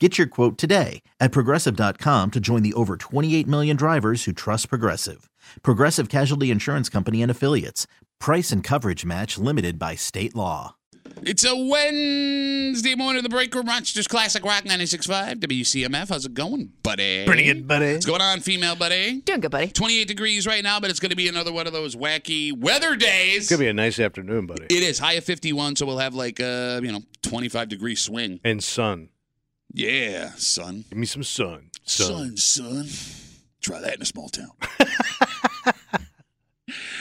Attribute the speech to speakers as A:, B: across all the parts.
A: Get your quote today at progressive.com to join the over 28 million drivers who trust Progressive. Progressive Casualty Insurance Company and Affiliates. Price and coverage match limited by state law.
B: It's a Wednesday morning of the break room, Rochester's Classic Rock 965, WCMF. How's it going, buddy?
C: Pretty good, buddy.
B: What's going on, female buddy?
D: Doing good, buddy.
B: 28 degrees right now, but it's going to be another one of those wacky weather days.
C: Could be a nice afternoon, buddy.
B: It is high of 51, so we'll have like a, you know, 25 degree swing.
C: and sun.
B: Yeah, son.
C: Give me some sun.
B: Son, son. Try that in a small town.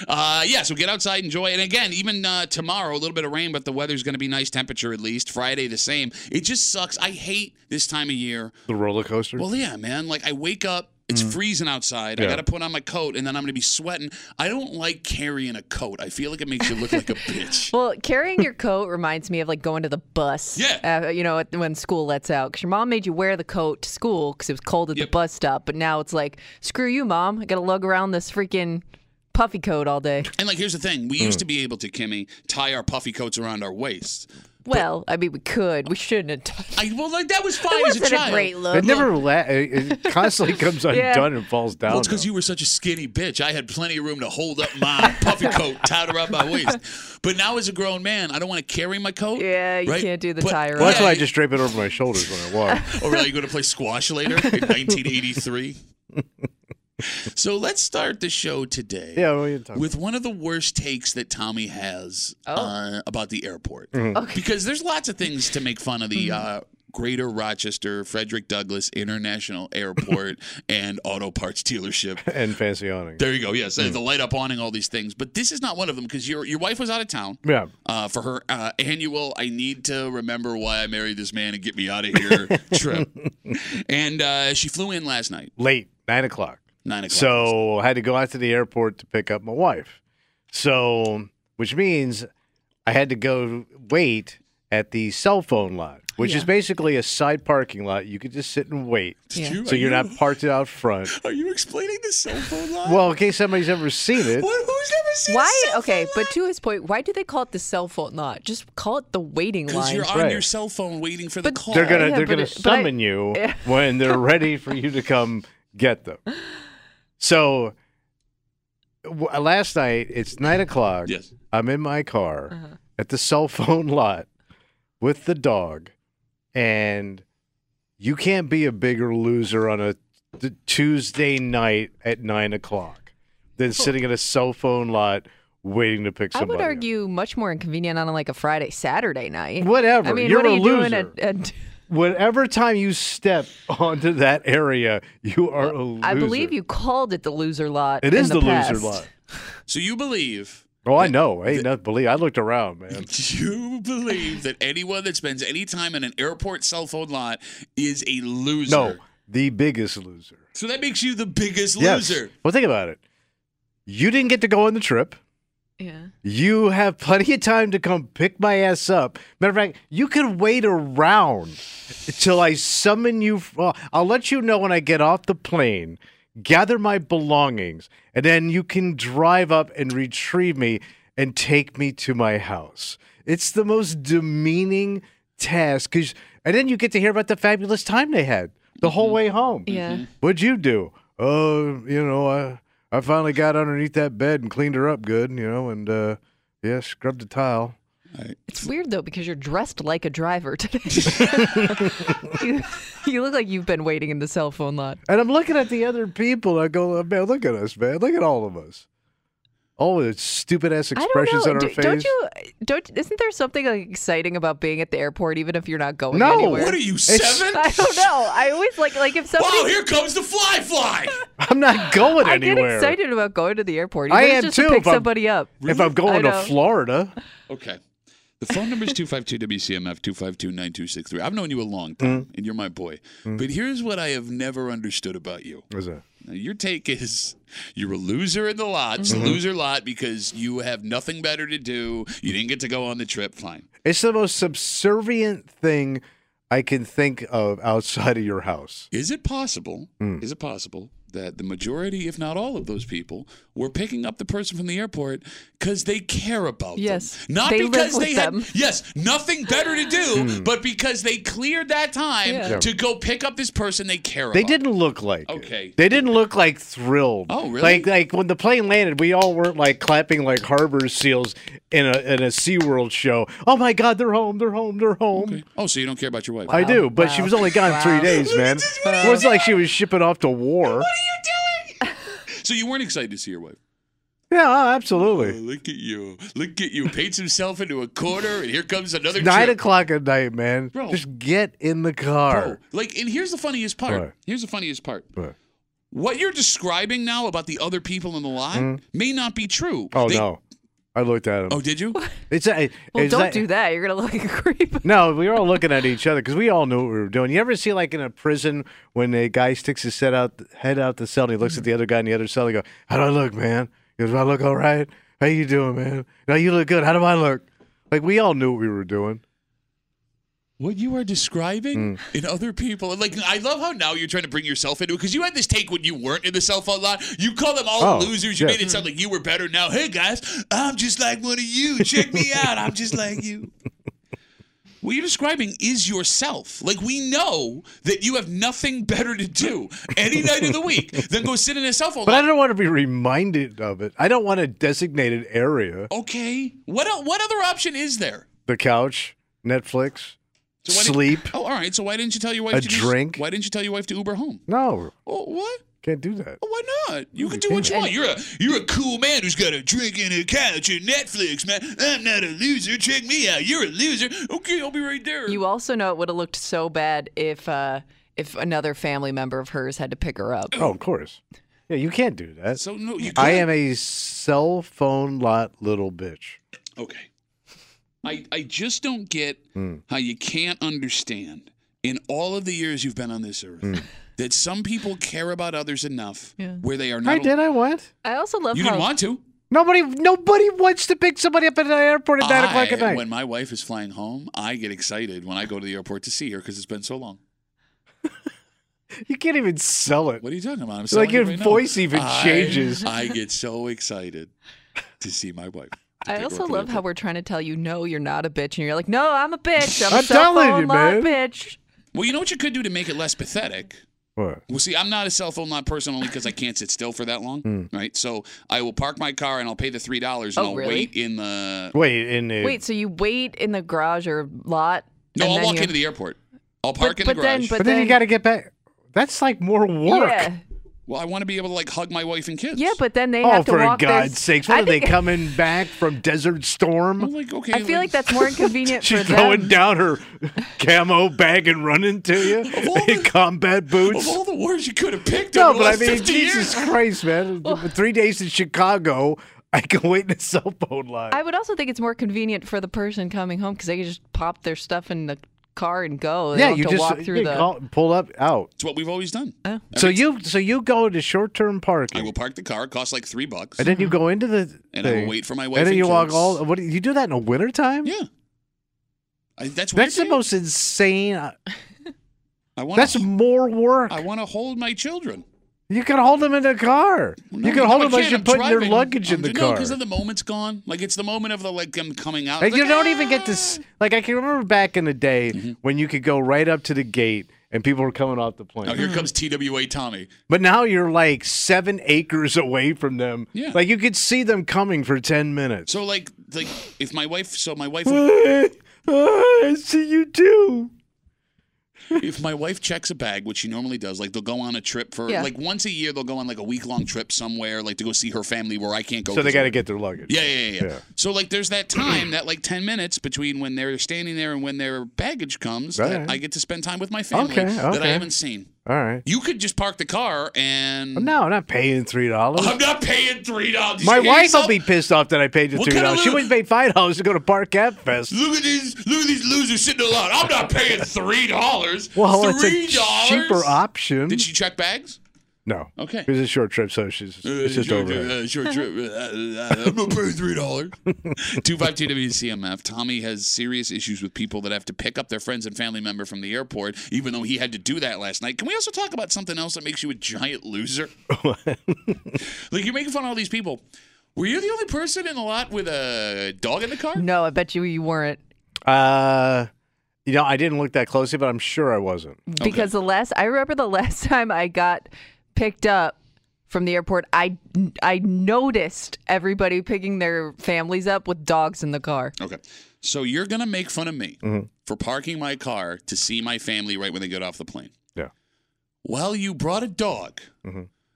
B: uh, yeah, so get outside, enjoy. And again, even uh, tomorrow, a little bit of rain, but the weather's going to be nice temperature at least. Friday, the same. It just sucks. I hate this time of year
C: The roller coaster.
B: Well, yeah, man. Like I wake up, it's freezing outside. I
C: Yeah.
B: got to put on my coat, and then I'm gonna be sweating. I don't like carrying a coat. I feel like it makes you look like a bitch.
D: Well, carrying your coat reminds me of like going to the bus.
B: Yeah.
D: Uh, you know, at- when school lets out, because your mom made you wear the coat to school because it was cold at
B: Yep.
D: the bus stop. But now it's like, screw you, mom. I got to lug around this freaking puffy coat all day.
B: And like, here's the thing: we used to be able to, Kimmy, tie our puffy coats around our waist.
D: Well, I mean, we could. We shouldn't have done
B: I well, like that was fine
D: It
B: as a
D: wasn't
B: child.
D: a great uh, look.
C: it never la- it it constantly comes undone
D: Yeah.
C: and falls down.
B: Well, it's because
C: though.
B: you were such a skinny bitch. I had plenty of room to hold up my puffy coat tied around my waist. But now, as a grown man, I don't want to carry my coat.
D: Yeah, you can't do the
B: But-
D: tie
C: Well, that's
B: Yeah,
C: why I
B: you-
C: just drape it over my shoulders when I walk.
B: Oh, really? You're going to play squash later in 1983? so let's start the show today
C: yeah, well, you talk.
B: with one of the worst takes that Tommy has
D: Oh.
B: uh, about the airport.
C: Mm-hmm.
D: Okay. Mm-hmm.
B: Because there's lots of things to make fun of the. Uh, Greater Rochester, Frederick Douglass International Airport, and auto parts dealership.
C: and fancy awning.
B: There you go. Yes,
C: Hmm.
B: the light up awning, all these things. But this is not one of them because your your wife was out of town
C: Yeah.
B: uh, for her uh, annual I need to remember why I married this man and get me out of here trip. And uh, she flew in last night,
C: Late, nine o'clock.
B: nine o'clock.
C: So I had to go out to the airport to pick up my wife. So, which means I had to go wait at the cell phone lot, which is
D: Yeah.
C: basically a side parking lot. You could just sit and wait.
B: Did you-
C: So
B: are
C: you're
B: you-
C: not parked out front.
B: Are you explaining the cell phone line?
C: Well, in case somebody's ever seen it.
B: What- who's never
D: it.
B: seen?
D: Why? Okay, but to his point, why do they call it the cell phone lot? Just call it the waiting
B: Because
D: line.
B: you're on
C: Right.
B: your cell phone waiting for
D: But
B: the call.
C: They're gonna
D: Yeah,
C: they're
D: but
C: gonna
D: it- but I-
C: summon you when they're ready for you to come get them. So w- last night it's nine o'clock.
B: Yes.
C: I'm in my car
D: Uh-huh.
C: at the cell phone lot with the dog, and you can't be a bigger loser on a t- Tuesday night at nine o'clock than sitting at a cell phone lot waiting to pick
D: Oh. I
C: somebody.
D: would
C: up.
D: argue much more inconvenient on like a Friday, Saturday night.
C: Whatever,
D: I mean,
C: you're
D: what are
C: a
D: you doing
C: loser.
D: at, at
C: Whatever time you step onto that area, you are a loser.
D: I believe you called it the loser lot.
C: It
D: in
C: is
D: the,
C: the, loser
D: past.
C: lot.
B: So you believe
C: Oh, I know. Hey, not believe. I looked around, man.
B: you believe that anyone that spends any time in an airport cell phone lot is a loser?
C: No, the biggest loser.
B: So that makes you the biggest
C: Yes.
B: loser.
C: Well, think about it. You didn't get to go on the trip.
D: Yeah.
C: You have plenty of time to come pick my ass up. Matter of fact, you can wait around till I summon you. f- well, I'll let you know when I get off the plane, gather my belongings, and then you can drive up and retrieve me and take me to my house. It's the most demeaning task. 'cause- and then you get to hear about the fabulous time they had the whole way home.
D: Yeah.
C: What'd you do? Oh, you know, I I finally got underneath that bed and cleaned her up good, you know, and uh yeah, scrubbed the tile.
B: I-
D: It's weird though because you're dressed like a driver today. you, you look like you've been waiting in the cell phone lot.
C: And I'm looking at the other people. I go, "Oh, man, look at us, man. Look at all of us. All with stupid ass expressions
D: I
C: on
D: don't
C: our
D: know.
C: face.
D: Do, not you? Don't isn't there something like, exciting about being at the airport even if you're not going
C: No.
D: anywhere?
B: What are you seven?
D: I don't know. I always like like if somebody.
B: Wow, here comes the fly fly.
C: I'm not going
D: I get
C: anywhere.
D: excited about going to the airport.
C: I
D: even if
C: am
D: just
C: too,
D: To pick
C: if I'm-
D: somebody up.
C: If I'm
D: I
C: going to
D: know.
C: Florida,
B: Okay. The phone number is 252 WCMF 252 9263. I've known you a long time, and you're my boy. But here's what I have never understood about you.
C: was it?
B: Now, your take is you're a loser in the lot, It's a loser lot because you have nothing better to do. You didn't get to go on the trip. Fine.
C: It's the most subservient thing I can think of outside of your house.
B: Is it possible?
C: Mm.
B: Is it possible that the majority, if not all of those people, were picking up the person from the airport because they care about
D: Yes.
B: them? Not
D: They live
B: because
D: with
B: they
D: them.
B: had yes, nothing better to do,
C: Hmm.
B: but because they cleared that time
D: Yeah. Yeah.
B: to go pick up this person they care about.
C: They didn't look like it.
B: Okay.
C: They didn't look like thrilled.
B: Oh, really?
C: Like like when the plane landed, we all weren't like clapping like harbor seals in a in a SeaWorld show. Oh my god, they're home, they're home, they're home.
B: Oh, so you don't care about your wife?
C: I do, but she
D: Wow.
C: was only gone three
D: Wow.
C: days, man. It was like she was shipping off to war.
B: so you weren't excited to see your wife?
C: Yeah, uh,
B: Oh,
C: absolutely.
B: look at you! Look at you! Paints himself into a corner, and here comes another
C: Nine
B: trip.
C: o'clock at night, man.
B: Bro.
C: Just get in the car.
B: Oh, like, and here's the funniest part.
C: Right.
B: Here's the funniest part.
C: But-
B: What you're describing now about the other people in the lot may not be true.
C: Mm. Oh
B: They-
C: no, I looked at him.
B: Oh, did you?
C: It's a,
D: Well,
C: it's
D: don't
C: a-
D: do that. You're gonna look like a creep.
C: No, we were all looking at each other because we all knew what we were doing. You ever see like in a prison when a guy sticks his head out, head out the cell, and he looks at the other guy in the other cell, and go, "How do I look, man? He goes, "Do I look all right? How you doing, man? No, you look good. How do I look?" Like we all knew what we were doing.
B: What you are
C: Mm.
B: describing in other people, like I love how now you're trying to bring yourself into it because you had this take when you weren't in the cell phone lot. You call them all
C: Oh,
B: losers. You
C: yeah.
B: made it sound like you were better. Now, hey guys, I'm just like one of you. Check me out. I'm just like you. What you're describing is yourself. Like we know that you have nothing better to do any night of the week than go sit in a cell phone.
C: But
B: lot.
C: I don't want to be reminded of it. I don't want a designated area.
B: Okay. What el- what other option is there?
C: The couch, Netflix,
B: So why didn't-
C: sleep.
B: Oh, all right. So why didn't you tell your wife
C: A
B: to
C: drink?
B: Just, why didn't you tell your wife to Uber home?
C: No,
B: Oh, what?
C: can't do that.
B: Oh, why not? You can do what you want. You're a you're a cool man who's got a drink and a couch and Netflix, man. I'm not a loser. Check me out. You're a loser. Okay, I'll be right there.
D: You also know it would have looked so bad if uh if another family member of hers had to pick her up.
C: Oh, of course. Yeah, you can't do that.
B: so no, you.
C: I
B: could.
C: am a cell phone lot little bitch.
B: Okay. I I just don't get
C: Hmm.
B: how you can't understand in all of the years you've been on this earth
C: Hmm.
B: that some people care about others enough where they are not.
C: I did. I went.
D: I also love
B: You
D: how
B: didn't want to.
C: Nobody, nobody wants to pick somebody up at the airport at nine o'clock at
B: I-
C: night.
B: When my wife is flying home, I get excited when I go to the airport to see her because it's been so long.
C: You can't even sell it.
B: What are you talking about? I'm
C: like
B: selling it
C: your
B: right now.
C: voice even
B: I-
C: changes.
B: I get so excited to see my wife. to pick
D: I
B: her
D: also
B: up at
D: love
B: the
D: how
B: airport.
D: we're trying to tell you no, you're not a bitch, and you're like, no, I'm a bitch. I'm, a
C: I'm
D: cell
C: telling
D: phone
C: you,
D: lot
C: man.
D: bitch.
B: Well, you know what you could do to make it less pathetic.
C: What?
B: Well, see, I'm not a cell phone lot person only because I can't sit still for that long,
C: Hmm.
B: right? So I will park my car and I'll pay the three dollars and
D: Oh,
B: I'll
D: really?
B: wait in the.
C: Wait, in the,
D: Wait, so you wait in the garage or lot?
B: No,
D: and
B: I'll
D: then
B: walk
D: you-
B: into the airport. I'll park in the
D: but then-
B: garage.
D: but-
C: but, then, you
D: then-
C: got to get back. That's like more work.
D: Yeah,
B: well, I want to be able to like hug my wife and kids.
D: yeah, but then they
C: Oh,
D: have to
C: for
D: walk. their-
C: God's sakes! What
D: I
C: are they
D: think-
C: coming back from Desert
B: I'm
C: Storm?
B: like okay.
D: I feel like that's more inconvenient for
C: She's
D: them.
C: throwing down her camo bag and running to you
B: all
C: in
B: the-
C: combat
B: Of
C: boots.
B: all the words you could have picked
C: No,
B: over the
C: but I
B: last
C: mean,
B: 50
C: Jesus
B: years.
C: Christ, man! Three days in Chicago, I can wait in a cell phone line.
D: I would also think it's more convenient for the person coming home because they can just pop their stuff in the car and go. They
C: yeah,
D: don't
C: you
D: have
C: just
D: to walk through
C: you
D: the.
C: call- pull up out.
B: It's what we've always done.
C: So you so you go to short term
B: I
C: parking,
B: will park the car. It costs like three bucks.
C: and then you go into the
B: And I will
C: thing,
B: wait for my wife
C: and then
B: and
C: you walk
B: kids.
C: all. What do you you do that in the wintertime?
B: Yeah. I, that's what
C: that's the most insane. uh,
B: I want.
C: That's
B: to,
C: more work.
B: I want to hold my children.
C: You can hold them in the car.
B: No,
C: you can hold
B: no, I
C: them as
B: can't.
C: you're
B: I'm
C: putting your
B: driving.
C: luggage in
B: I'm
C: the
B: ju- No,
C: car.
B: because then the moment's gone. Like it's the moment of the like I'm coming out.
C: Like,
B: It's
C: you
B: like,
C: don't even get to
B: "Ah." Mm-hmm.
C: s- like I can remember back in the day when you could go right up to the gate and people were coming off the plane.
B: Now oh, here comes TWA Tommy.
C: But now you're like seven acres away from them.
B: Yeah.
C: Like you could see them coming for 10 minutes. Ah,
B: So like like if my wife so my wife
C: I see you too.
B: if my wife checks a bag, which she normally does, like they'll go on a trip for
D: Yeah.
B: like once a year they'll go on like a week long trip somewhere, like to go see her family where I can't go.
C: So they
B: 'cause
C: got to get their luggage.
B: Yeah, yeah, yeah, yeah.
C: Yeah.
B: So like, there's that time, that like ten minutes between when they're standing there and when their baggage comes, that
C: Right.
B: I get to spend time with my family
C: Okay,
B: that I
C: okay.
B: haven't seen.
C: All right.
B: You could just park the car and
C: No, I'm not paying three dollars.
B: I'm not paying three dollars.
C: My wife will be pissed off that I paid the
B: What
C: three
B: kind of
C: dollars. She
B: lo-
C: wouldn't pay five dollars to go to Park Cat Fest.
B: Look at these, look at these losers sitting alone. I'm not paying three dollars.
C: Well, it's
B: three
C: a cheaper option.
B: Did she check bags?
C: No.
B: Okay.
C: It was a short trip, so she's it's just
B: sure,
C: over. it.
B: Uh, sure, sure. Uh, uh, I'm not paying three dollars. Two five two WCMF. Tommy has serious issues with people that have to pick up their friends and family member from the airport, even though he had to do that last night. Can we also talk about something else that makes you a giant loser? like you're making fun of all these people. Were you the only person in the lot with a dog in the car?
D: No, I bet you you weren't.
C: Uh, you know, I didn't look that closely, but I'm sure I wasn't.
D: because the last I remember the last time I got picked up from the airport, I I noticed everybody picking their families up with dogs in the car.
B: Okay. So you're gonna make fun of me
C: Mm-hmm.
B: for parking my car to see my family right when they get off the plane.
C: Yeah. Mm-hmm.
B: Well, you brought a dog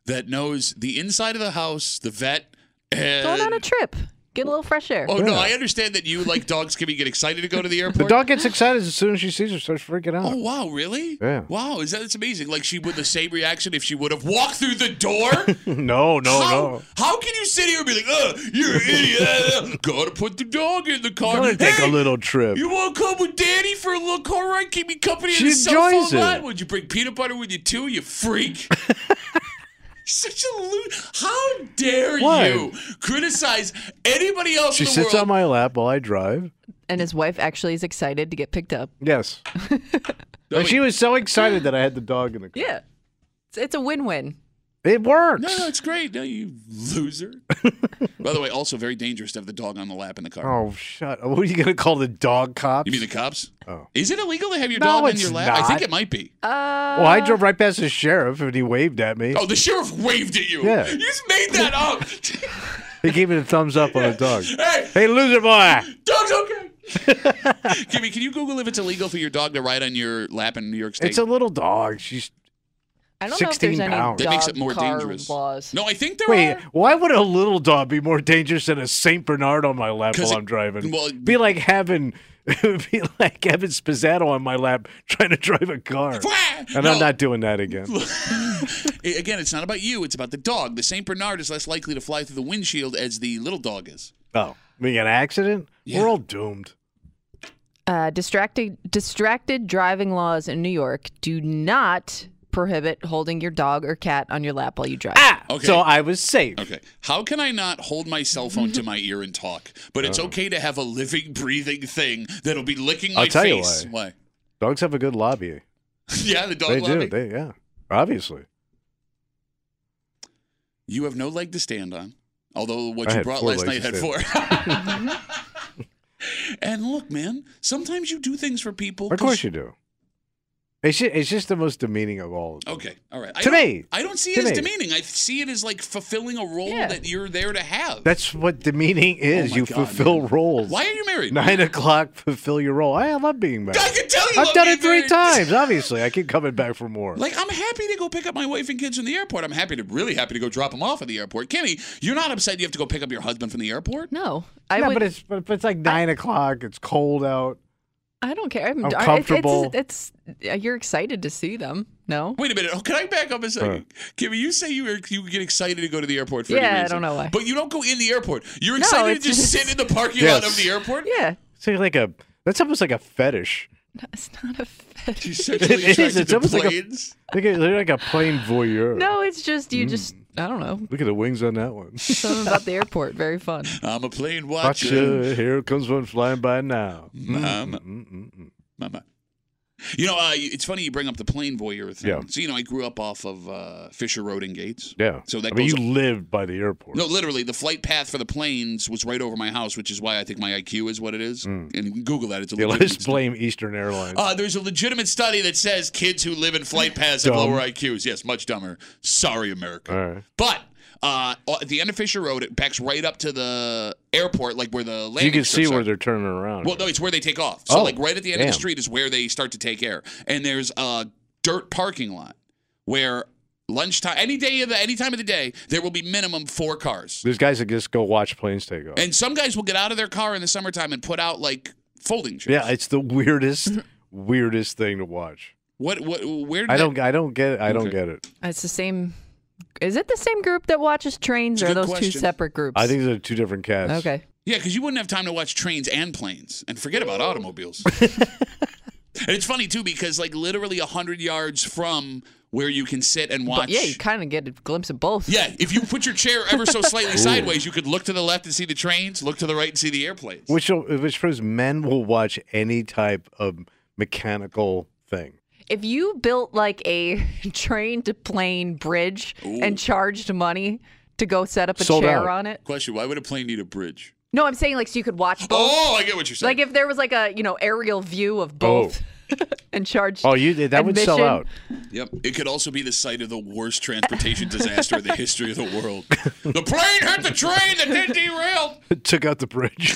B: that knows the inside of the house, the vet, and
D: Going on a trip, getting a little fresh air.
B: oh no, I understand that you like dogs can be get excited to go to the airport.
C: The dog gets excited as soon as she sees her, starts freaking out.
B: Oh wow, really?
C: Yeah.
B: Wow, is that that's amazing? Like she would the same reaction if she would have walked through the door.
C: No, no,
B: Oh. how,
C: no.
B: How can you sit here and be like, "Oh, you're an idiot"? Gotta put the dog in the car.
C: Gonna take a
B: Hey,
C: little trip.
B: You want to come with Daddy for a little car ride? Keep me company in
C: She
B: the cell
C: enjoys
B: phone
C: it.
B: line? Would you bring peanut butter with you too, you freak? Such a loot. How dare
C: Why?
B: you criticize anybody else
C: She
B: in the
C: sits
B: world?
C: on my lap while I drive.
D: And his wife actually is excited to get picked up.
C: Yes.
B: No,
C: She was so excited that I had the dog in the car.
D: Yeah, it's, it's a win-win.
C: It works.
B: no, no, it's great. No, you loser. By the way, also very dangerous to have the dog on the lap in the car.
C: Oh, shut up. What are you going to call the dog cops?
B: You mean the cops?
C: Oh.
B: Is it illegal to have your
C: No,
B: dog on
C: it's
B: your lap? I think
C: not.
B: it might be.
D: Uh,
C: well, I drove right past the sheriff and he waved at me.
B: Oh, the sheriff waved at you.
C: Yeah.
B: You just made that up.
C: He gave me a thumbs up on the dog.
B: hey,
C: Hey, loser boy.
B: Dog's okay. Jimmy, can you Google if it's illegal for your dog to ride on your lap in New York State?
C: It's a little dog. She's
D: I don't know if
C: 16
D: there's any
C: pounds.
D: dog
B: that makes it more
D: car
B: dangerous.
D: laws.
B: No, I think there
C: Wait,
B: are.
C: why would a little dog be more dangerous than a Saint Bernard on my lap
B: 'Cause
C: while
B: it-
C: I'm driving?
B: well-
C: be like having, be like having Spazzato on my lap trying to drive a car, and
B: No.
C: I'm not doing that again.
B: I- Again, it's not about you. It's about the dog. The Saint Bernard is less likely to fly through the windshield as the little dog is.
C: Oh, being an accident,
B: Yeah.
C: we're all doomed.
D: uh, distracted distracted driving laws in New York do not prohibit holding your dog or cat on your lap while you drive.
C: Ah,
B: Okay.
C: so I was safe.
B: Okay. How can I not hold my cell phone to my ear and talk? But it's okay to have a living, breathing thing that'll be licking my
C: Oh. I'll tell you
B: face. why.
C: Dogs have a good lobby.
B: yeah, the dog
C: they
B: lobby.
C: do. They yeah, obviously.
B: You have no leg to stand on. Although what
C: I
B: you
C: had
B: brought
C: four
B: last night
C: legs to
B: had four. and look, man, sometimes you do things for people.
C: Of
B: 'cause-
C: course you do. It's just, it's just the most demeaning of all.
B: Okay, all right. I
C: To
B: don't-
C: me.
B: I don't see it
C: To
B: as
C: me.
B: demeaning. I see it as like fulfilling a role
D: Yeah.
B: that you're there to have.
C: That's what demeaning is.
B: Oh my
C: you
B: God,
C: fulfill
B: man.
C: roles.
B: Why are you married?
C: Nine o'clock, fulfill your role. I love being married.
B: I can tell you.
C: I've
B: love
C: done
B: being
C: it three
B: married.
C: times. Obviously, I keep coming back for more.
B: Like I'm happy to go pick up my wife and kids from the airport. I'm happy to really happy to go drop them off at the airport. Kenny, you're not upset you have to go pick up your husband from the airport?
D: No, I
C: yeah,
D: would.
C: but it's but, but it's like nine o'clock. It's cold out.
D: I don't care.
C: I'm
D: I- it's-
C: comfortable.
D: It's, it's, uh, you're excited to see them. No,
B: Wait a minute. Oh, can I back up a second? Kimmy, you say you were, you get excited to go to the airport for
D: Yeah,
B: any
D: I
B: reason.
D: don't know why.
B: But you don't go in the airport. You're excited to
D: it's
B: just
D: just-
B: sit in the parking lot of
C: Yes.
B: the airport?
D: yeah,
C: It's like, like a that's almost like a fetish.
D: No, it's not a fetish.
B: You sexually
C: It is.
B: attracted
C: It's
B: to
C: almost like a-
B: planes?
C: Like a, they're like a plain voyeur.
D: No, it's just you. Just I don't know.
C: Look at the wings on that one.
D: Something about the airport. Very fun.
B: I'm a plane
C: Watch
B: watcher.
C: it. Here comes one flying by now.
B: Mama. Mama. You know, uh, it's funny you bring up the plane voyeur thing.
C: Yeah.
B: So you know, I grew up off of uh, Fisher Road and Gates.
C: Yeah.
B: So that
C: I mean,
B: goes
C: you lived by the airport.
B: No, literally, the flight path for the planes was right over my house, which is why I think my IQ is what it is.
C: Mm.
B: And you can Google that; it's a
C: Yeah,
B: legitimate
C: let's
B: stu-
C: blame Eastern Airlines.
B: Uh, there's a legitimate study that says kids who live in flight paths have
C: Dumb.
B: lower IQs. Yes, much dumber. Sorry, America.
C: All right.
B: But uh, at the end of Fisher Road, it backs right up to the airport, like where the landing.
C: You can see
B: strips
C: where
B: are.
C: they're turning around.
B: Well, no, it's where they take off. So,
C: Oh,
B: like, right at the end of the
C: damn.
B: street is where they start to take air. And there's a dirt parking lot where lunchtime, any day of the, any time of the day, there will be minimum four cars.
C: There's guys that just go watch planes take off.
B: And some guys will get out of their car in the summertime and put out like folding chairs.
C: yeah, it's the weirdest, weirdest thing to watch.
B: What? What? Where? Did
C: I
B: that-
C: don't, I don't get it. I don't
B: Okay.
C: get it.
D: It's the same. Is it the same group that watches trains,
B: It's a
D: or are
B: good
D: those two
B: question.
D: separate groups?
C: I think they're two different cats.
D: Okay.
B: Yeah, because you wouldn't have time to watch trains and planes, and forget about automobiles. and it's funny too because like literally hundred yards from where you can sit and watch.
D: But yeah, you kind of get a glimpse of both.
B: Yeah, if you put your chair ever so slightly sideways, you could look to the left and see the trains, look to the right and see the airplanes.
C: Which which proves men will watch any type of mechanical thing.
D: If you built like a train to plane bridge and charged money to go set up a
C: Sold
D: chair
C: out.
D: on it.
B: Question: Why would a plane need a bridge?
D: No, I'm saying like so you could watch both.
B: Oh, I get what you're saying.
D: Like if there was like a you know aerial view of
B: Oh.
D: both, and charged.
C: Oh, you that would sell
D: Admission.
C: out.
B: Yep. It could also be the site of the worst transportation disaster in the history of the world. The plane hit the train that then derailed.
C: It took out the bridge.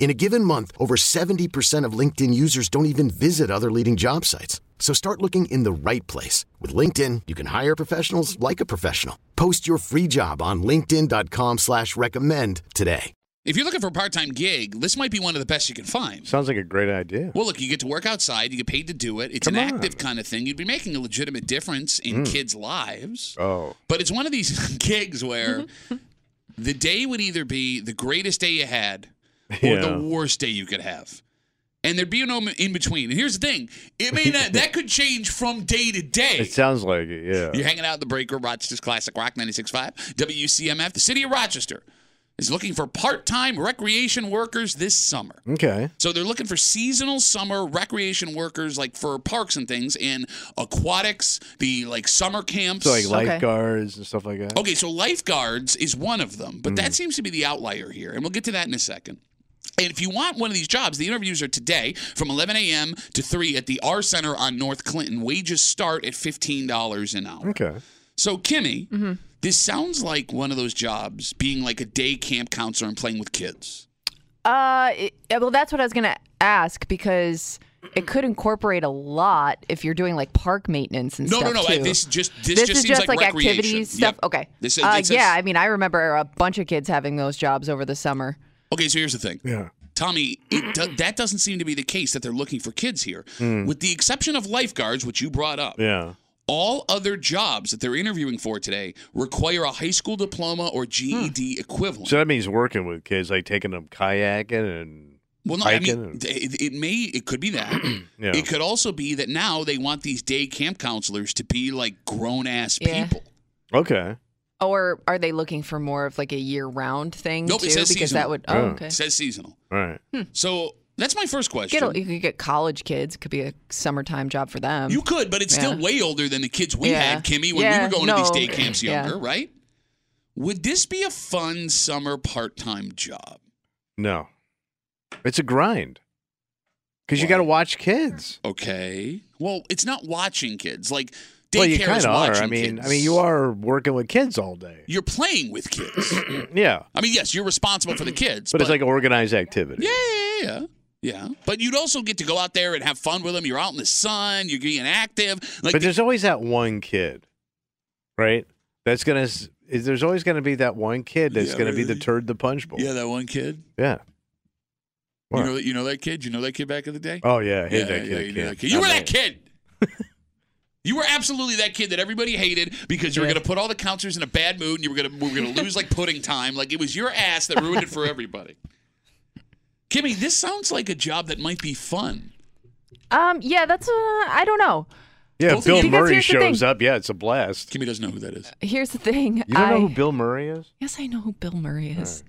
E: In a given month, over 70% of LinkedIn users don't even visit other leading job sites. So start looking in the right place. With LinkedIn, you can hire professionals like a professional. Post your free job on linkedin.com/recommend slash recommend today.
B: If you're looking for a part-time gig, this might be one of the best you can find.
C: Sounds like a great idea.
B: Well, look, you get to work outside, you get paid to do it. It's an active kind of thing. You'd be making a legitimate difference in kids' lives.
C: Mm. Oh,
B: But it's one of these gigs where the day would either be the greatest day you had or
C: Yeah.
B: the worst day you could have. And there'd be no in between. And here's the thing it may not, that could change from day to day.
C: it sounds like it. Yeah.
B: You're hanging out in the breaker, Rochester's Classic Rock 96.5, WCMF, the city of Rochester is looking for part time recreation workers this summer.
C: Okay.
B: So they're looking for seasonal summer recreation workers, like for parks and things, and aquatics, the like summer camps.
C: So like lifeguards and stuff like that.
B: Okay, so lifeguards is one of them, but
C: Mm.
B: that seems to be the outlier here, and we'll get to that in a second. And if you want one of these jobs, the interviews are today from 11 a.m. to 3 at the R Center on North Clinton. Wages start at $15 an hour.
C: Okay.
B: So, Kimmy, this sounds like one of those jobs being like a day camp counselor and playing with kids.
D: Uh, it- yeah, well, that's what I was gonna ask because it could incorporate a lot if you're doing like park maintenance and
B: No,
D: stuff.
B: no, no.
D: Too.
B: I, this just this,
D: This
B: just
D: is
B: seems
D: just
B: like,
D: like,
B: recreation.
D: activities stuff.
B: Yep.
D: Okay.
B: This,
D: uh,
B: this is-
D: yeah, I mean, I remember a bunch of kids having those jobs over the summer.
B: Okay, so here's the thing.
C: Yeah.
B: Tommy, it do- that doesn't seem to be the case that they're looking for kids here. With the exception of lifeguards, which you brought up,
C: Hmm. Yeah.
B: all other jobs that they're interviewing for today require a high school
C: Hmm.
B: diploma or GED equivalent.
C: So that means working with kids, like taking them kayaking and
B: Well, no, I mean,
C: Hiking.
B: it, it may, it could be that.
C: Yeah.
B: It could also be that now they want these day camp counselors to be like grown ass
D: Yeah.
B: people.
C: Okay.
D: Or are they looking for more of like a year round thing
B: Nope, it
D: too?
B: says
D: because
B: seasonal.
D: that would oh,
C: Yeah.
D: okay.
B: It says seasonal.
C: All right.
B: So that's my first question.
D: Get a, you could get college kids. It could be a summertime job for them.
B: you could, but it's still
D: Um, yeah.
B: way older than the kids we
D: Yeah.
B: had, Kimmy, when we
D: Yeah,
B: were going to these
D: no.
B: day camps
D: Yeah.
B: younger, right? Would this be a fun summer part time job?
C: No. It's a grind. Because you got to watch kids.
B: Okay. Well, it's not watching kids. Like daycare
C: well, you
B: is
C: kind of are.
B: watching
C: I mean,
B: kids.
C: I mean, you are working with kids all day.
B: You're playing with kids.
C: Yeah,
B: I mean, yes, you're responsible for the kids,
C: but, it's like an organized activity.
B: yeah, yeah, yeah, yeah. Yeah. But you'd also get to go out there and have fun with them. You're out in the sun. You're being active. Like
C: but there's always that one kid, right? That's gonna. s- Is, there's always gonna be that one kid that's
B: Yeah,
C: gonna be
B: really.
C: the turd, the punch bowl.
B: yeah, that one kid.
C: Yeah.
B: You
C: What?
B: know, you know that kid. You know that kid back in the day.
C: oh yeah, I hate
B: yeah,
C: that kid.
B: yeah, you knew
C: kid.
B: that kid. You
C: I
B: were
C: know.
B: that kid. You were absolutely that kid that everybody hated because you were
D: Yeah.
B: going to put all the counselors in a bad mood and you were going to we were going to lose like pudding time. Like it was your ass that ruined it for everybody. Kimmy, this sounds like a job that might be fun.
D: um, yeah, that's uh, I don't know.
C: Yeah,
B: Both of
C: Bill
B: you-
D: Because
C: Murray
D: here's the thing.
C: shows up. Yeah, it's a blast.
B: Kimmy doesn't know who that is.
D: Here's the thing.
C: You don't
D: I,
C: know who Bill Murray is?
D: Yes, I know who Bill Murray is.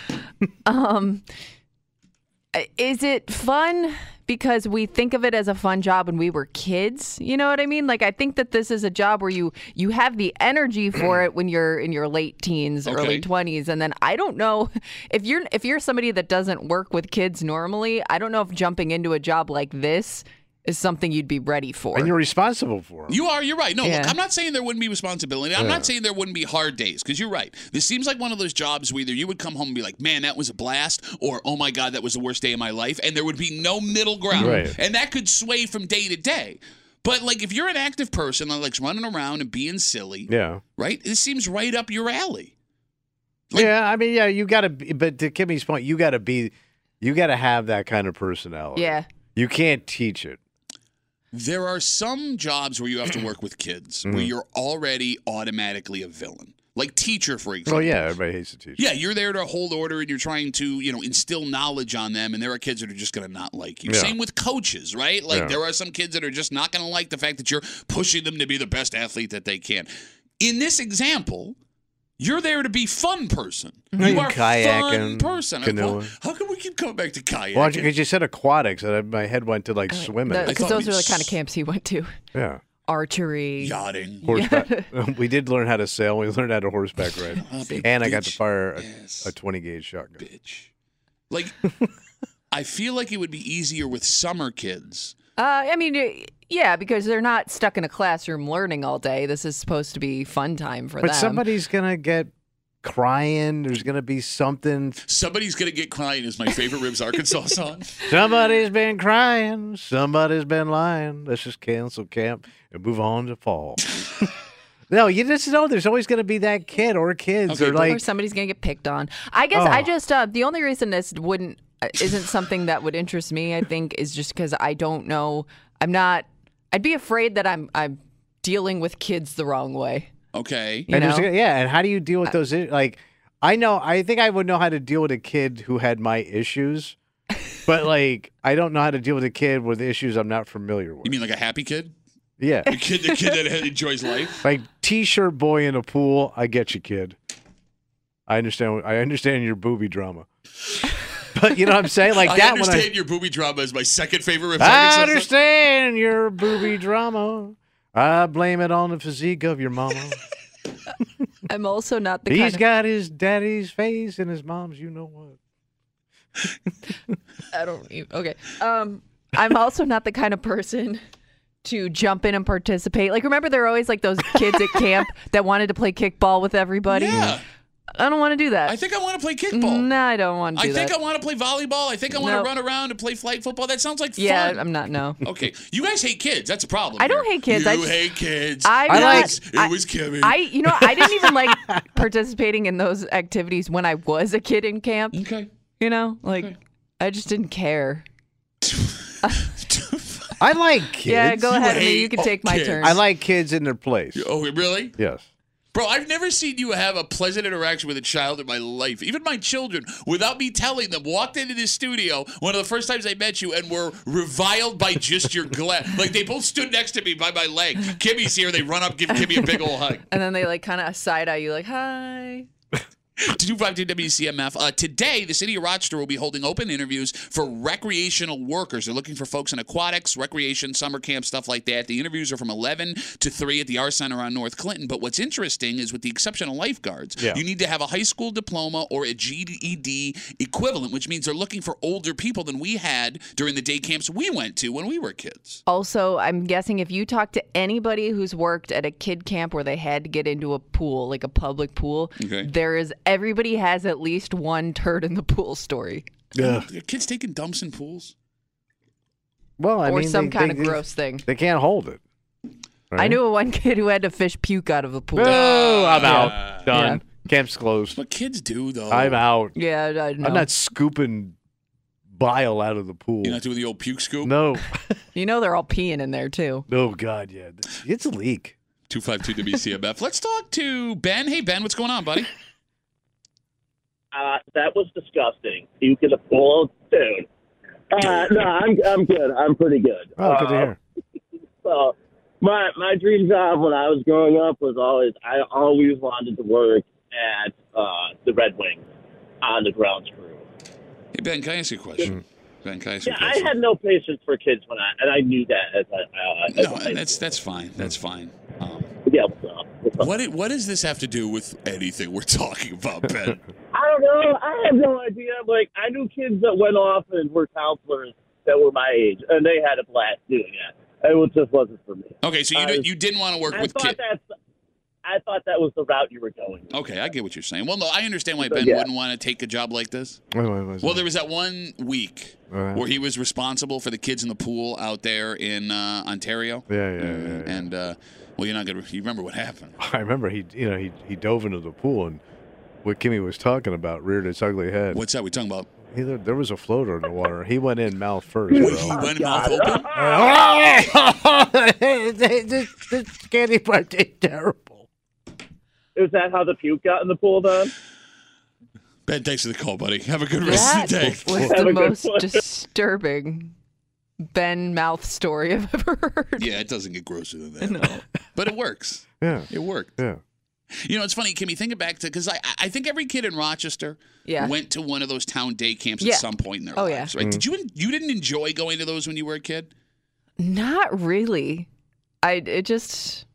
D: um, i- is it fun because we think of it as a fun job when we were kids? You know what I mean? Like I think that this is a job where you you have the energy for it when you're in your late teens,
B: Okay.
D: early 20s, and then I don't know if you're if you're somebody that doesn't work with kids normally, I don't know if jumping into a job like this is something you'd be ready for.
C: And you're responsible for him.
B: You are. You're right. No,
D: Yeah.
B: look, I'm not saying there wouldn't be responsibility. I'm not saying there wouldn't be hard days because you're right. This seems like one of those jobs where either you would come home and be like, "Man, that was a blast," or "Oh my god, that was the worst day of my life," and there would be no middle ground,
C: Right.
B: and that could sway from day to day. But like, if you're an active person that likes running around and being silly,
C: yeah.
B: right? This seems right up your alley. Like-
C: yeah, I mean, yeah, you gotta. Be, but to Kimmy's point, you gotta be, you gotta have that kind of personality.
D: yeah.
C: You can't teach it.
B: There are some jobs where you have to work with kids
C: Mm-hmm.
B: where you're already automatically a villain, like teacher, for example.
C: Oh yeah, everybody hates to teach.
B: Yeah, you're there to hold order and you're trying to, you know, instill knowledge on them and there are kids that are just going to not like you.
C: Yeah.
B: Same with coaches, right? Like
C: Yeah.
B: there are some kids that are just not going to like the fact that you're pushing them to be the best athlete that they can. In this example, you're there to be fun person. You
C: Mhm.
B: are fun
C: Kayaking,
B: person.
C: canoeing.
B: How can we keep coming back to kayaking?
C: Well, because you said aquatics, and I- my head went to like swimming.
B: I
D: Because
B: thought
D: those
B: we
D: are the kind
B: s-
D: of camps he went to.
C: yeah,
D: Archery.
B: Yachting.
C: horseback. we did learn how to sail. We learned how to horseback ride,
B: Oh, you
C: and I got to
B: bitch.
C: fire a,
B: Yes.
C: a twenty gauge shotgun.
B: Bitch. Like, I feel like it would be easier with summer kids.
D: Uh, I mean, y- yeah, because they're not stuck in a classroom learning all day. This is supposed to be fun time for
C: But
D: them.
C: somebody's gonna get crying. There's gonna be something.
B: Somebody's going to get crying is my favorite Ribs Arkansas song.
C: Somebody's been crying. Somebody's been lying. Let's just cancel camp and move on to fall. no, you just know there's always gonna be that kid or kids
B: Okay,
C: or
D: or
B: but-
C: like
D: somebody's gonna get picked on. I guess I
C: Oh.
D: just uh, the only reason this wouldn't uh, isn't something that would interest me. I think is just because I don't know. I'm not. I'd be afraid that I'm I'm dealing with kids the wrong way.
B: Okay.
D: You
C: and there's
D: know? Uh,
C: gonna- yeah, and how do you deal with those? i- Like, I know, I think I would know how to deal with a kid who had my issues, but like, I don't know how to deal with a kid with issues I'm not familiar with.
B: You mean like a happy kid?
C: yeah,
B: The kid, the kid that enjoys life.
C: like t-shirt boy in a pool. I get you, kid. I understand. I understand your booby drama, but you know what I'm saying? Like
B: I
C: that one.
B: understand
C: I,
B: your booby drama is my second favorite. Rip
C: I
B: Arkansas song.
C: understand your booby drama. I blame it on the physique of your mama.
D: I'm also not the
C: He's
D: kind.
C: got his daddy's face and his mom's. You know what?
D: Of, I don't. Even, okay. Um, I'm also not the kind of person. To jump in and participate. Like, remember, there are always like those kids at camp that wanted to play kickball with everybody.
B: Yeah.
D: I don't want to do that.
B: I think I want to play kickball.
D: No, I don't want to
B: I
D: do
B: think
D: that.
B: I want to play volleyball. I think I want to
D: Nope.
B: run around and play flag football. That sounds like
D: yeah,
B: fun.
D: I'm not. No.
B: okay. You guys hate kids. That's a problem.
D: I don't
B: here.
D: hate kids.
B: You
D: I just-
B: hate kids.
D: I'm
C: I
D: not,
C: like-
B: It was Kimmy.
D: I, you know, I didn't even like participating in those activities when I was a kid in camp.
B: okay.
D: You know, like I just didn't care.
C: I like kids.
D: Yeah, go ahead. Amir,
B: hate
D: you can
B: all
D: take my
B: kids.
D: turn.
C: I like kids in their place.
B: oh, really?
C: Yes.
B: Bro, I've never seen you have a pleasant interaction with a child in my life. Even my children, without me telling them, walked into this studio one of the first times I met you and were reviled by just your glare. Like they both stood next to me by my leg. Kimmy's here. They run up, give Kimmy a big old hug.
D: And then they like kind of side eye you, like, hi.
B: 252 WCMF. Uh, today, the city of Rochester will be holding open interviews for recreational workers. They're looking for folks in aquatics, recreation, summer camp, stuff like that. The interviews are from 11 to 3 at the R Center on North Clinton. But what's interesting is with the exceptional lifeguards,
C: Yeah.
B: you need to have a high school diploma or a GED equivalent, which means they're looking for older people than we had during the day camps we went to when we were kids.
D: Also, I'm guessing if you talk to anybody who's worked at a kid camp where they had to get into a pool, like a public pool,
B: Okay.
D: there is everybody has at least one turd in the pool story
C: Yeah.
B: Are kids taking dumps in pools?
C: Well, I
D: or
C: mean,
D: some
C: they-
D: kind
C: they-
D: of gross thing.
C: They can't hold it.
D: I
C: Right?
D: knew one kid who had to fish puke out of the pool.
C: Oh, I'm out. Done. Camp's
B: That's
C: closed.
B: what kids do, though.
C: I'm out.
D: Yeah, I know.
C: I'm not scooping bile out of the pool.
B: You're not doing the old puke scoop?
C: No.
D: You know they're all peeing in there too.
C: No, God, yeah. It's a leak.
B: 252 WCMF. Let's talk to Ben. Hey, Ben, what's going on, buddy?
F: Uh, that was disgusting. Puke in the pool, dude. Uh, no, I'm I'm good. I'm pretty good.
C: Oh, good to
F: Uh,
C: hear.
F: So my my dream job when I was growing up was always I always wanted to work at uh, the Red Wings on the grounds crew.
B: Hey, Ben, can I ask you a question? Ben, can I ask you
F: Yeah,
B: a
F: I
B: question?
F: had no patience for kids when I and I knew that as I uh, as
B: no,
F: I-
B: and that's that's fine. That's fine. Um,
F: yeah. What's up? What's up?
B: what it, what does this have to do with anything we're talking about, Ben?
F: I don't know. I have no idea. Like I knew kids that went off and were counselors that were my age, and they had a blast doing it. It was, just wasn't for me.
B: Okay, so you
F: I
B: did,
F: was-
B: you didn't want to work
F: I
B: with
F: thought
B: kids.
F: that's. I thought that was the route you were going. with.
B: Okay, I get what you're saying. Well, no, I understand why Ben
F: yeah.
B: wouldn't want to take a job like this.
C: Wait, wait, wait,
B: Uh, Well, there was that one week
C: Alright.
B: where he was responsible for the kids in the pool out there in uh, Ontario.
C: Yeah, yeah, yeah, yeah.
B: And uh, well, you're not gonna you remember what happened.
C: I remember he, you know, he, he dove into the pool and what Kimmy was talking about reared its ugly head.
B: What's that we talking about?
C: He, there was a floater in the water. He went in mouth first.
F: Oh,
B: Wait,
C: bro.
B: he went mouth open.
C: this, this candy part is terrible.
F: Is that how the puke got in the pool then?
B: Ben, thanks for the call, buddy. Have a good rest
D: That
B: of the day.
D: was
F: Have
D: the
F: a good
D: most
F: one.
D: disturbing Ben mouth story I've ever heard.
B: Yeah, it doesn't get grosser than that. at all. But it works.
C: Yeah,
B: It worked.
C: yeah.
B: You know, it's funny, Kimmy, thinking back to, because I, I think every kid in Rochester
D: Yeah.
B: went to one of those town day camps
D: Yeah.
B: at some point in their
D: Oh, yeah.
B: lives, right? Did you, you didn't enjoy going to those when you were a kid?
D: Not really. I it just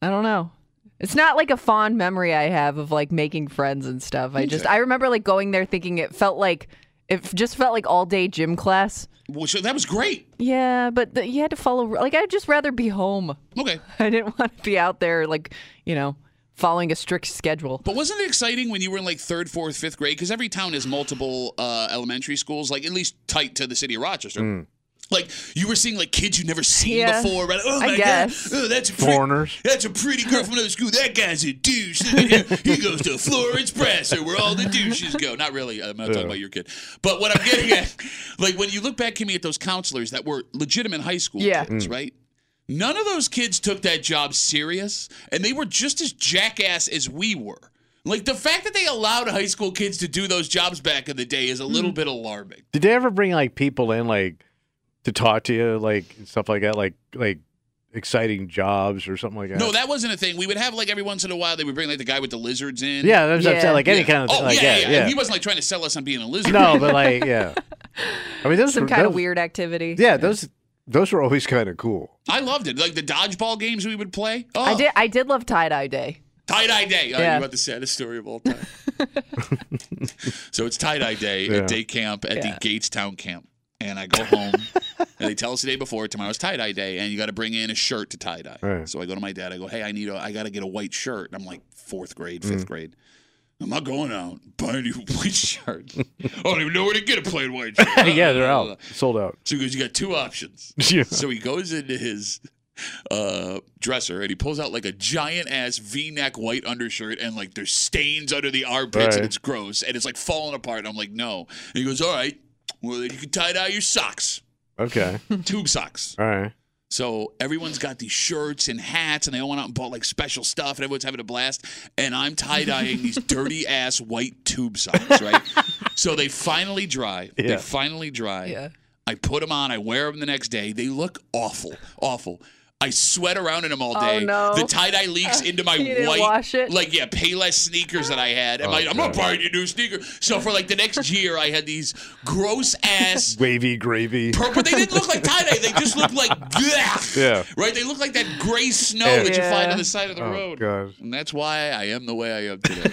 D: I don't know. It's not like a fond memory I have of like making friends and stuff. I just I remember like going there thinking it felt like it just felt like all day gym class.
B: Well, so that was great.
D: Yeah, but the, you had to follow like I'd just rather be home.
B: Okay.
D: I didn't want to be out there like, you know, following a strict schedule.
B: But wasn't it exciting when you were in like third, fourth, fifth grade? Because every town has multiple uh, elementary schools, like at least tight to the city of Rochester. Like you were seeing like kids you'd never seen
D: Yeah.
B: before. Right? Oh
D: I
B: my
D: guess.
B: god, oh, that's a pretty,
C: Foreigners.
B: That's a pretty girl from another school. That guy's a douche. Look at him. He goes to Florence Brasser, where all the douches go. Not really. I'm not talking about your kid. But what I'm getting at, like when you look back, Kimmy, at those counselors that were legitimate high school
D: Yeah.
B: kids,
C: Mm.
B: right? None of those kids took that job serious, and they were just as jackass as we were. Like the fact that they allowed high school kids to do those jobs back in the day is a
D: Mm.
B: little bit alarming.
C: Did they ever bring like people in like to talk to you, like and stuff like that, like like exciting jobs or something like that?
B: No, that wasn't a thing. We would have like every once in a while they would bring like the guy with the lizards in.
C: yeah, that's what I'm
D: Yeah.
C: saying, like any
B: Yeah.
C: kind of
B: oh,
C: thing like
B: yeah,
C: that.
B: yeah,
C: Yeah,
B: He wasn't like trying to sell us on being a lizard.
C: no, but like yeah. I mean, those
D: Some
C: were-
D: kind of
C: those-
D: weird activity.
C: Yeah, those those were always kind of cool.
B: I loved it. Like the dodgeball games we would play. Oh,
D: I did I did love tie-dye day.
B: Tie dye day. Oh,
D: Yeah.
B: You're about the saddest story of all time. so it's tie dye day
C: Yeah.
B: at day camp at
D: Yeah.
B: the Gatestown camp. And I go home and they tell us the day before, tomorrow's tie dye day, and you got to bring in a shirt to tie dye.
C: Right.
B: So I go to my dad. I go, hey, I need a, I got to get a white shirt. I'm like fourth grade,
C: Mm.
B: fifth grade. I'm not going out and buying you a white shirt. I don't even know where to get a plain white shirt. Uh,
C: yeah, they're out, sold out.
B: So he goes, you got two options.
C: Yeah.
B: So he goes into his uh, dresser and he pulls out like a giant ass V neck white undershirt and like there's stains under the armpits and
C: Right.
B: it's gross and it's like falling apart. And I'm like, no. And he goes, all right, well, then you can tie dye your socks,
C: Okay,
B: tube socks.
C: all right.
B: So everyone's got these shirts and hats, and they all went out and bought like special stuff, and everyone's having a blast. And I'm tie dyeing these dirty ass white tube socks, right? so they finally dry. They
C: Yeah.
B: finally dry.
D: Yeah.
B: I put them on. I wear them the next day. They look awful, awful. I sweat around in them all day.
D: Oh, no.
B: The tie dye leaks into my
D: You didn't
B: white,
D: wash it?
B: like yeah, Payless sneakers that I had.
C: Oh,
B: I'm like, I'm not buying you a new sneaker. So for like the next year, I had these gross ass
C: Wavy gravy.
B: purple. But they didn't look like tie dye. They just looked like blech.
C: Yeah.
B: right. They look like that gray snow
C: Yeah.
B: that you find
D: Yeah.
B: on the side of the
C: Oh,
B: road.
C: God.
B: And that's why I am the way I am today.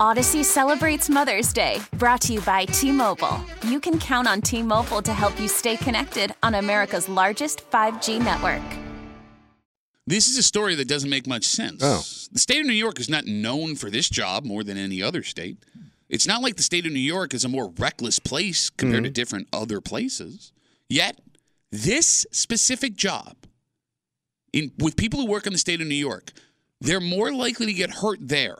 G: Odyssey celebrates Mother's Day, brought to you by T Mobile. You can count on T Mobile to help you stay connected on America's largest 5G network.
B: This is a story that doesn't make much sense.
C: Oh.
B: The state of New York is not known for this job more than any other state. It's not like the state of New York is a more reckless place compared to different other places. Yet, this specific job in with people who work in the state of New York, they're more likely to get hurt there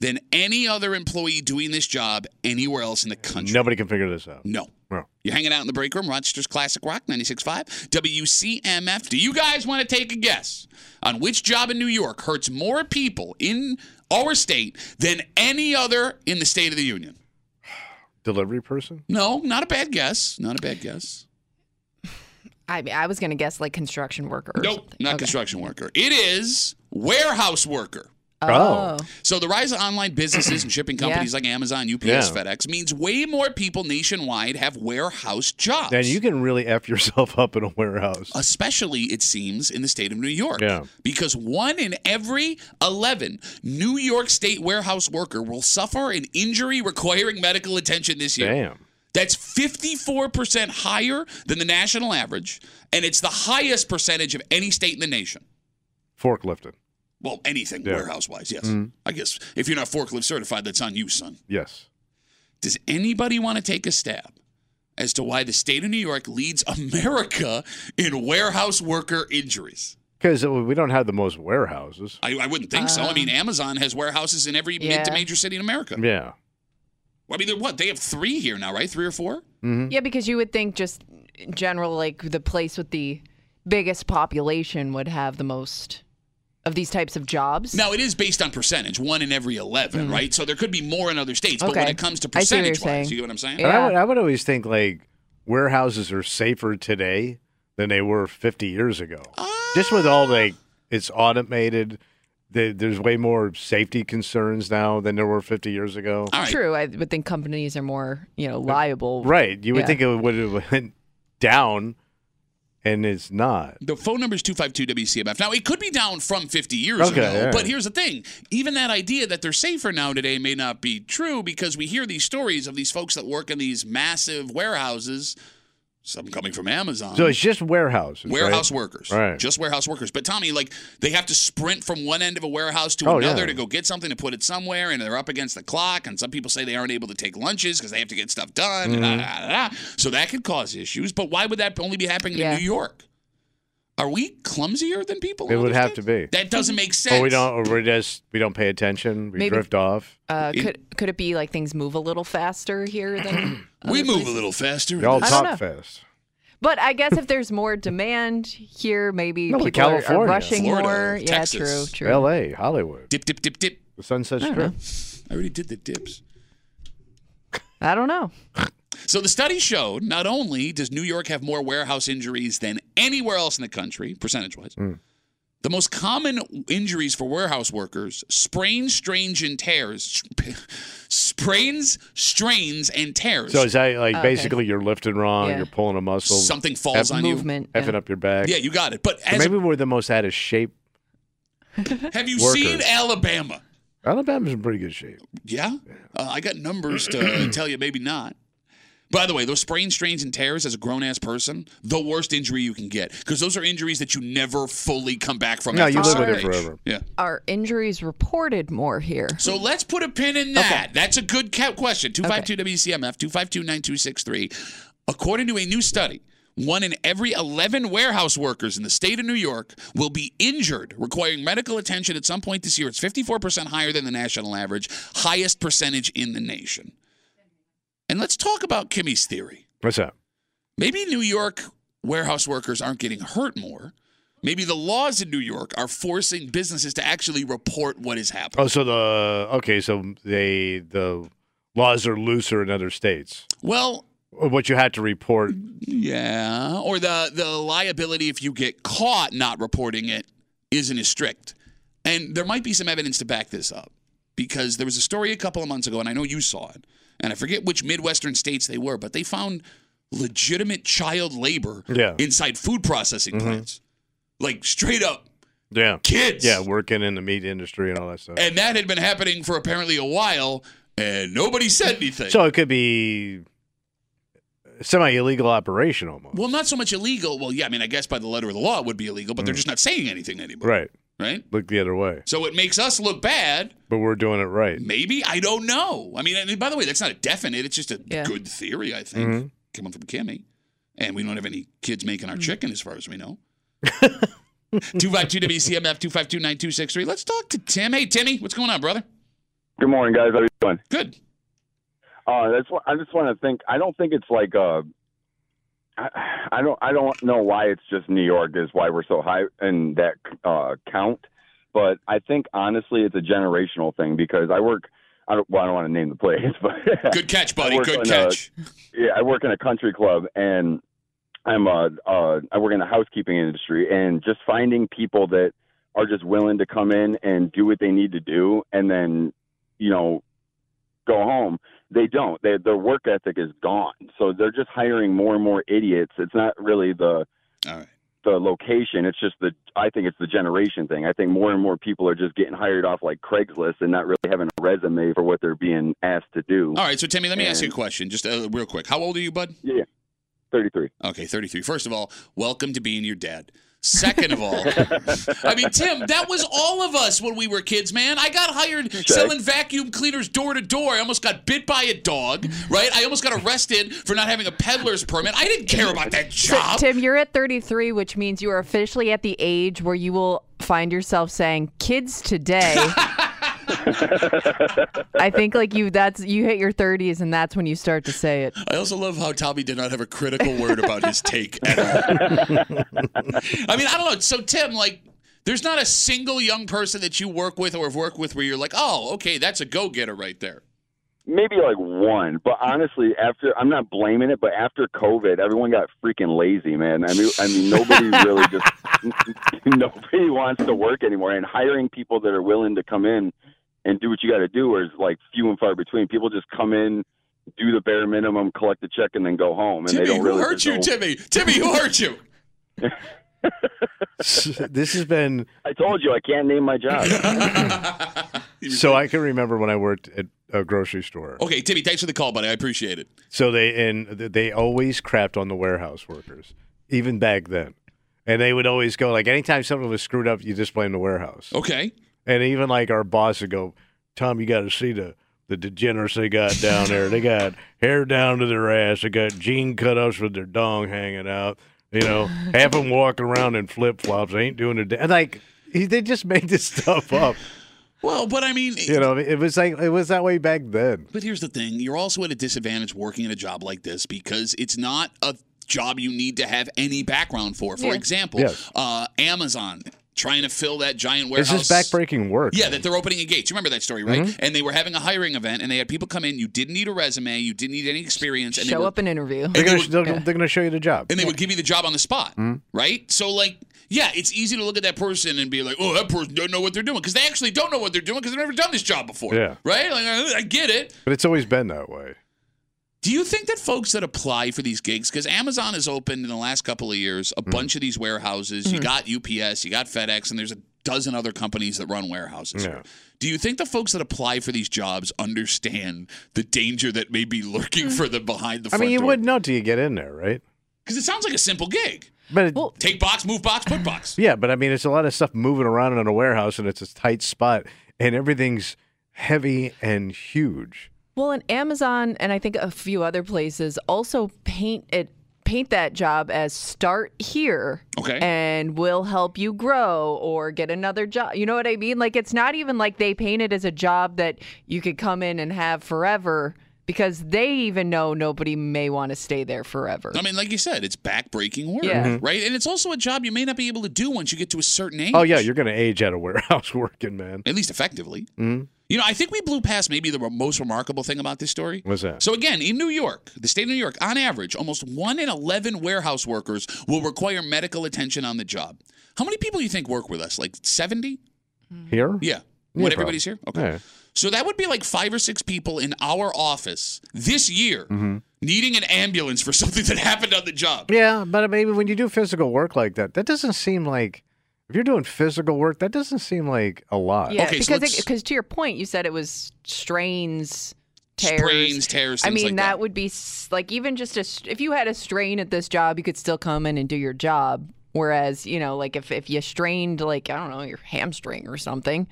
B: than any other employee doing this job anywhere else in the country.
C: Nobody can figure this out.
B: No.
C: No.
B: You're hanging out in the break room, Rochester's Classic Rock 96.5, WCMF. Do you guys want to take a guess on which job in New York hurts more people in our state than any other in the State of the Union?
C: Delivery person?
B: No, not a bad guess. Not a bad guess.
D: I mean, I was gonna guess like construction worker. Or
B: Nope,
D: something.
B: not
D: Okay.
B: construction worker. It is warehouse worker.
C: Oh.
B: So the rise of online businesses and shipping companies
D: Yeah.
B: like Amazon, UPS,
C: Yeah.
B: FedEx means way more people nationwide have warehouse jobs.
C: Then you can really F yourself up in a warehouse.
B: especially it seems in the state of New York.
C: Yeah.
B: Because one in every 11 New York State warehouse worker will suffer an injury requiring medical attention this year.
C: Damn.
B: That's 54% higher than the national average, and it's the highest percentage of any state in the nation.
C: Forklifting.
B: Well, anything
C: Yeah. Mm-hmm.
B: warehouse wise, yes. I guess if you're not forklift certified, that's on you, son.
C: Yes.
B: Does anybody want to take a stab as to why the state of New York leads America in warehouse worker injuries?
C: Because we don't have the most warehouses.
B: I, I wouldn't think so. I mean, Amazon has warehouses in every mid to
D: Um, yeah.
B: major city in America.
C: Yeah.
B: I mean, they're what? They have three here now, right? Three or four?
D: Yeah, because you would think just in general, like the place with the biggest population would have the most of these types of jobs.
B: Now, it is based on percentage, one in every 11, right? So there could be more in other states. But when
D: Mm. Okay.
B: it comes to
D: I see what you're
B: percentage wise,
D: saying.
B: you get what I'm saying?
D: Yeah.
C: And I would, I would always think like warehouses are safer today than they were 50 years ago. Just with all like it's automated. The, there's way more safety concerns now than there were 50 years ago.
B: All right.
D: True, I would think companies are more you know liable.
C: Right. You would
D: Yeah.
C: think it would have went down, and it's not.
B: The phone number is 252-WCMF. Now, it could be down from 50 years
C: Okay,
B: ago,
C: yeah.
B: but here's the thing. Even that idea that they're safer now today may not be true because we hear these stories of these folks that work in these massive warehouses, some coming from Amazon.
C: So it's just warehouses. right?
B: warehouse workers.
C: Right.
B: Just warehouse workers. But Tommy, like they have to sprint from one end of a warehouse to
C: Oh,
B: another
C: yeah.
B: to go get something to put it somewhere, and they're up against the clock. And some people say they aren't able to take lunches because they have to get stuff done.
C: Mm-hmm.
B: and da, da, da, da. So that could cause issues. But why would that only be happening
D: Yeah.
B: in New York? Are we clumsier than people? in
C: It would
B: other
C: have
B: states?
C: to be.
B: That doesn't make sense.
C: Or we don't. Or we just we don't pay attention. We
D: Maybe-
C: drift off.
D: Uh,
B: It-
D: could could it be like things move a little faster here than
B: We
D: other
B: move a
D: places?
B: little faster.
C: We all
D: Mm-hmm. I don't know.
C: talk fast.
D: But I guess if there's more demand here, maybe
C: No, but
D: people are- Are,
C: California.
D: rushing
B: Florida,
D: more.
B: Texas,
D: yeah, true, true.
C: L.A. Hollywood.
B: Dip, dip, dip, dip.
C: The Sunset Strip.
B: I already did the dips.
D: I don't know.
B: So the study showed not only does New York have more warehouse injuries than anywhere else in the country, percentage wise,
C: Hmm.
B: the most common injuries for warehouse workers sprains, strains, and tears. Sprains, strains, and tears.
C: So is that like
D: Oh, okay.
C: basically you're lifting wrong,
D: Yeah.
C: you're pulling a muscle,
B: Something falls on you.
D: Movement. yeah.
C: effing up your back?
B: Yeah, you got it. But
C: So
B: as
C: maybe we're the most out of shape.
B: have you
C: workers.
B: seen Alabama?
C: Alabama's in pretty good shape.
B: Yeah, uh, I got numbers to tell you. Maybe not. By the way, those sprains, strains, and tears as a grown ass person, the worst injury you can get because those are injuries that you never fully come back from.
C: No,
B: after
C: you
B: a
C: live
B: certain
C: with it
B: age.
C: forever.
B: Yeah.
D: Are injuries reported more here?
B: So let's put a pin in that. That's a good ca- question. 252 WCMF, 252 9263. According to a new study, one in every 11 warehouse workers in the state of New York will be injured, requiring medical attention at some point this year. It's 54% higher than the national average, highest percentage in the nation. And let's talk about Kimmy's theory.
C: What's up?
B: Maybe New York warehouse workers aren't getting hurt more. Maybe the laws in New York are forcing businesses to actually report what is happening.
C: Oh, so the okay, so they the laws are looser in other states.
B: Well,
C: What you had to report.
B: Mm-hmm. Yeah, or the the liability if you get caught not reporting it isn't as strict, and there might be some evidence to back this up because there was a story a couple of months ago, and I know you saw it, and I forget which midwestern states they were, but they found legitimate child labor
C: Yeah. Mm-hmm.
B: inside food processing plants, like straight up
C: Yeah.
B: kids,
C: Yeah, working in the meat industry and all that stuff.
B: and that had been happening for apparently a while, and nobody said anything.
C: So it could be semi illegal operation almost.
B: well, not so much illegal. Well, yeah, I mean, I guess by the letter of the law it would be illegal, but they're just not saying anything anymore,
C: Mm. right.
B: right?
C: Look the other way.
B: So it makes us look bad.
C: But we're doing it right.
B: Maybe I don't know. I mean, and by the way, that's not a definite. It's just a
D: Yeah.
B: good theory, I think, coming from Kimmy. And we don't have any kids making our chicken, as far as we know. Two five two WCMF two five two nine two six three. Let's talk to Tim. Hey, Timmy, what's going on, brother?
H: Good morning, guys. How you doing?
B: Good.
H: Uh, that's what I just want to think. I don't think it's like uh, I, I don't I don't know why it's just New York is why we're so high in that uh, count, but I think honestly it's a generational thing because I work. I don't, well, I don't want to name the place, but
B: Good catch, buddy.
H: work
B: Good
H: on,
B: catch.
H: yeah, I work in a country club and I'm a uh, I work in the housekeeping industry and just finding people that are just willing to come in and do what they need to do and then you know go home. They don't. They, their work ethic is gone, so they're just hiring more and more idiots. It's not really the
B: All right.
H: the location. It's just the I think it's the generation thing. I think more and more people are just getting hired off like Craigslist and not really having a resume for what they're being asked to do.
B: All right. So Timmy, let me ask you a
H: And-
B: question, just uh, real quick. How old are you, bud?
H: Thirty three.
B: Okay, 33. First of all, welcome to being your dad. Second of all, I mean, Tim, that was all of us when we were kids, man. I got hired selling vacuum cleaners door to door. I almost got bit by a dog, right? I almost got arrested for not having a peddler's permit. I didn't care about that
D: So,
B: job.
D: Tim, you're at 33, which means you are officially at the age where you will find yourself saying, "Kids today." I think like you, that's you hit your 30s, and that's when you start to say it.
B: I also love how Tommy did not have a critical word about his take at all. I mean, I don't know. So, Tim, like, there's not a single young person that you work with or have worked with where you're like, oh, okay, that's a go getter right there.
H: maybe like one but honestly after i'm not blaming it but after covid everyone got freaking lazy man i mean i mean nobody really just nobody wants to work anymore and hiring people that are willing to come in and do what you got to do is like few and far between people just come in do the bare minimum collect the check and then go home and
B: Timmy,
H: they don't
B: who
H: really
B: hurt you,
H: there's no-
B: Timmy? Timmy, who hurt you?
C: this has been
H: i told you i can't name my job
C: so I can remember when I worked at a grocery store.
B: Okay, Timmy, thanks for the call, buddy. I appreciate it.
C: So they and th- they always crapped on the warehouse workers, even back then. And they would always go like, anytime something was screwed up, you just blame the warehouse.
B: Okay.
C: And even like our boss would go, Tom, you got to see the the degenerates they got down there. They got hair down to their ass. They got jean cutups with their dong hanging out. You know, half them walking around in flip flops. They ain't doing their da-" and like he- they just made this stuff up.
B: Well, but I mean,
C: You know, it was like it was that way back then.
B: but here's the thing you're also at a disadvantage working in a job like this because it's not a job you need to have any background for. For example,
C: Yes.
B: uh, Amazon trying to fill that giant
C: It's
B: warehouse.
C: just backbreaking work.
B: Yeah, that they're opening a gate. You remember that story, right?
D: Mm-hmm.
B: And they were having a hiring event, and they had people come in. You didn't need a resume, you didn't need any experience, and they
D: Show
B: were
D: up an interview.
C: They're gonna, they're, gonna- they're gonna show you the job.
B: and they would give you the job on the spot,
D: Mm-hmm.
B: right? So like, yeah, it's easy to look at that person and be like, oh, that person don't know what they're doing because they actually don't know what they're doing because they've never done this job before,
C: Yeah.
B: right? Like, I I get it.
C: But it's always been that way.
B: Do you think that folks that apply for these gigs, because Amazon has opened in the last couple of years
C: Mm.
B: a bunch of these warehouses,
C: Mm-hmm.
B: you got UPS, you got FedEx, and there's a dozen other companies that run warehouses.
C: Yeah.
B: Do you think the folks that apply for these jobs understand the danger that may be lurking for them behind the
C: Mm. I
B: front
C: mean, you
B: door?
C: wouldn't know till you get in there, right?
B: Because it sounds like a simple gig.
C: But it,
D: Well-
B: Take box, move box, put box.
C: yeah, but I mean, it's a lot of stuff moving around in a warehouse, and it's a tight spot, and everything's heavy and huge.
D: Well, and Amazon and I think a few other places also paint it paint that job as start here
B: Okay.
D: and we'll help you grow or get another job. You know what I mean? Like it's not even like they paint it as a job that you could come in and have forever because they even know nobody may want to stay there forever.
B: I mean, like you said, it's backbreaking work,
D: Yeah. Mhm.
B: right? And it's also a job you may not be able to do once you get to a certain age.
C: Mm-hmm. Oh yeah, you're gonna age out of warehouse working, man.
B: at least effectively.
C: Mm-hmm.
B: You know, I think we blew past maybe the re- most remarkable thing about this story.
C: What's that?
B: So again, in New York, the state of New York, on average, almost one in eleven warehouse workers will require medical attention on the job. How many people do you think work with us? Like seventy?
C: Here?
B: Mm-hmm. Yeah.
C: Yeah,
B: What
C: probably.
B: everybody's here? Okay.
C: Yeah.
B: So that would be like five or six people in our office this year needing an ambulance for something that happened on the job.
C: Mm-hmm. Yeah, but I mean, when you do physical work like that, that doesn't seem like if you're doing physical work, that doesn't seem like a lot.
D: yeah,
B: Uh, Okay, so
D: because
B: let's-
D: because to your point, you said it was strains, tears,
B: Sprains, tears,
D: I
B: things
D: mean,
B: like
D: that,
B: that.
D: would be s- like even just a s- if you had a strain at this job, you could still come in and do your job. Whereas you know, like if if you strained like I don't know your hamstring or something,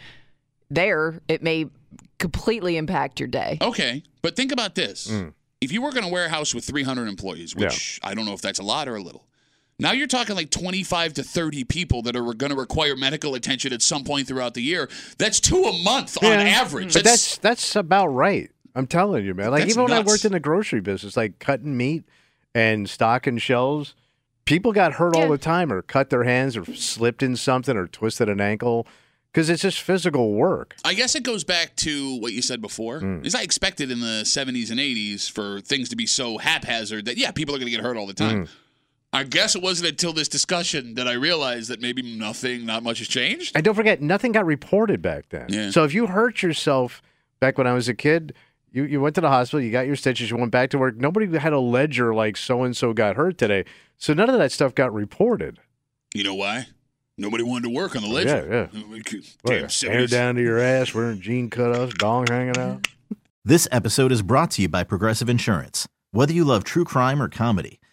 D: there it may completely impact your day.
B: Okay. But think about this.
C: Mm.
B: If you work in a warehouse with 300 employees, which I don't know if that's a lot or a little, now you're talking like 25 to 30 people that are going to require medical attention at some point throughout the year. That's two a month on average.
C: But that's that's about right. I'm telling you, man. Like
B: That's
C: even when I
B: nuts.
C: worked in the grocery business, like cutting meat and stocking shelves, people got hurt all
D: Yeah.
C: the time, or cut their hands, or slipped in something, or twisted an ankle, because it's just physical work.
B: I guess it goes back to what you said before.
C: Mm.
B: Is I expected in the 70s and 80s for things to be so haphazard that, yeah, people are going to get hurt all the time.
C: Mm.
B: I guess it wasn't until this discussion that I realized that maybe nothing, not much has changed.
C: And don't forget, nothing got reported back then.
B: Yeah.
C: So if you hurt yourself back when I was a kid, you, you went to the hospital, you got your stitches, you went back to work. Nobody had a ledger like so and so got hurt today. So none of that stuff got reported.
B: You know why? Nobody wanted to work on the ledger. Oh, Yeah,
C: Look,
B: Damn,
C: hair
B: 70s.
C: down to your ass, wearing jean cutoffs, dong hanging out.
A: This episode is brought to you by Progressive Insurance. Whether you love true crime or comedy,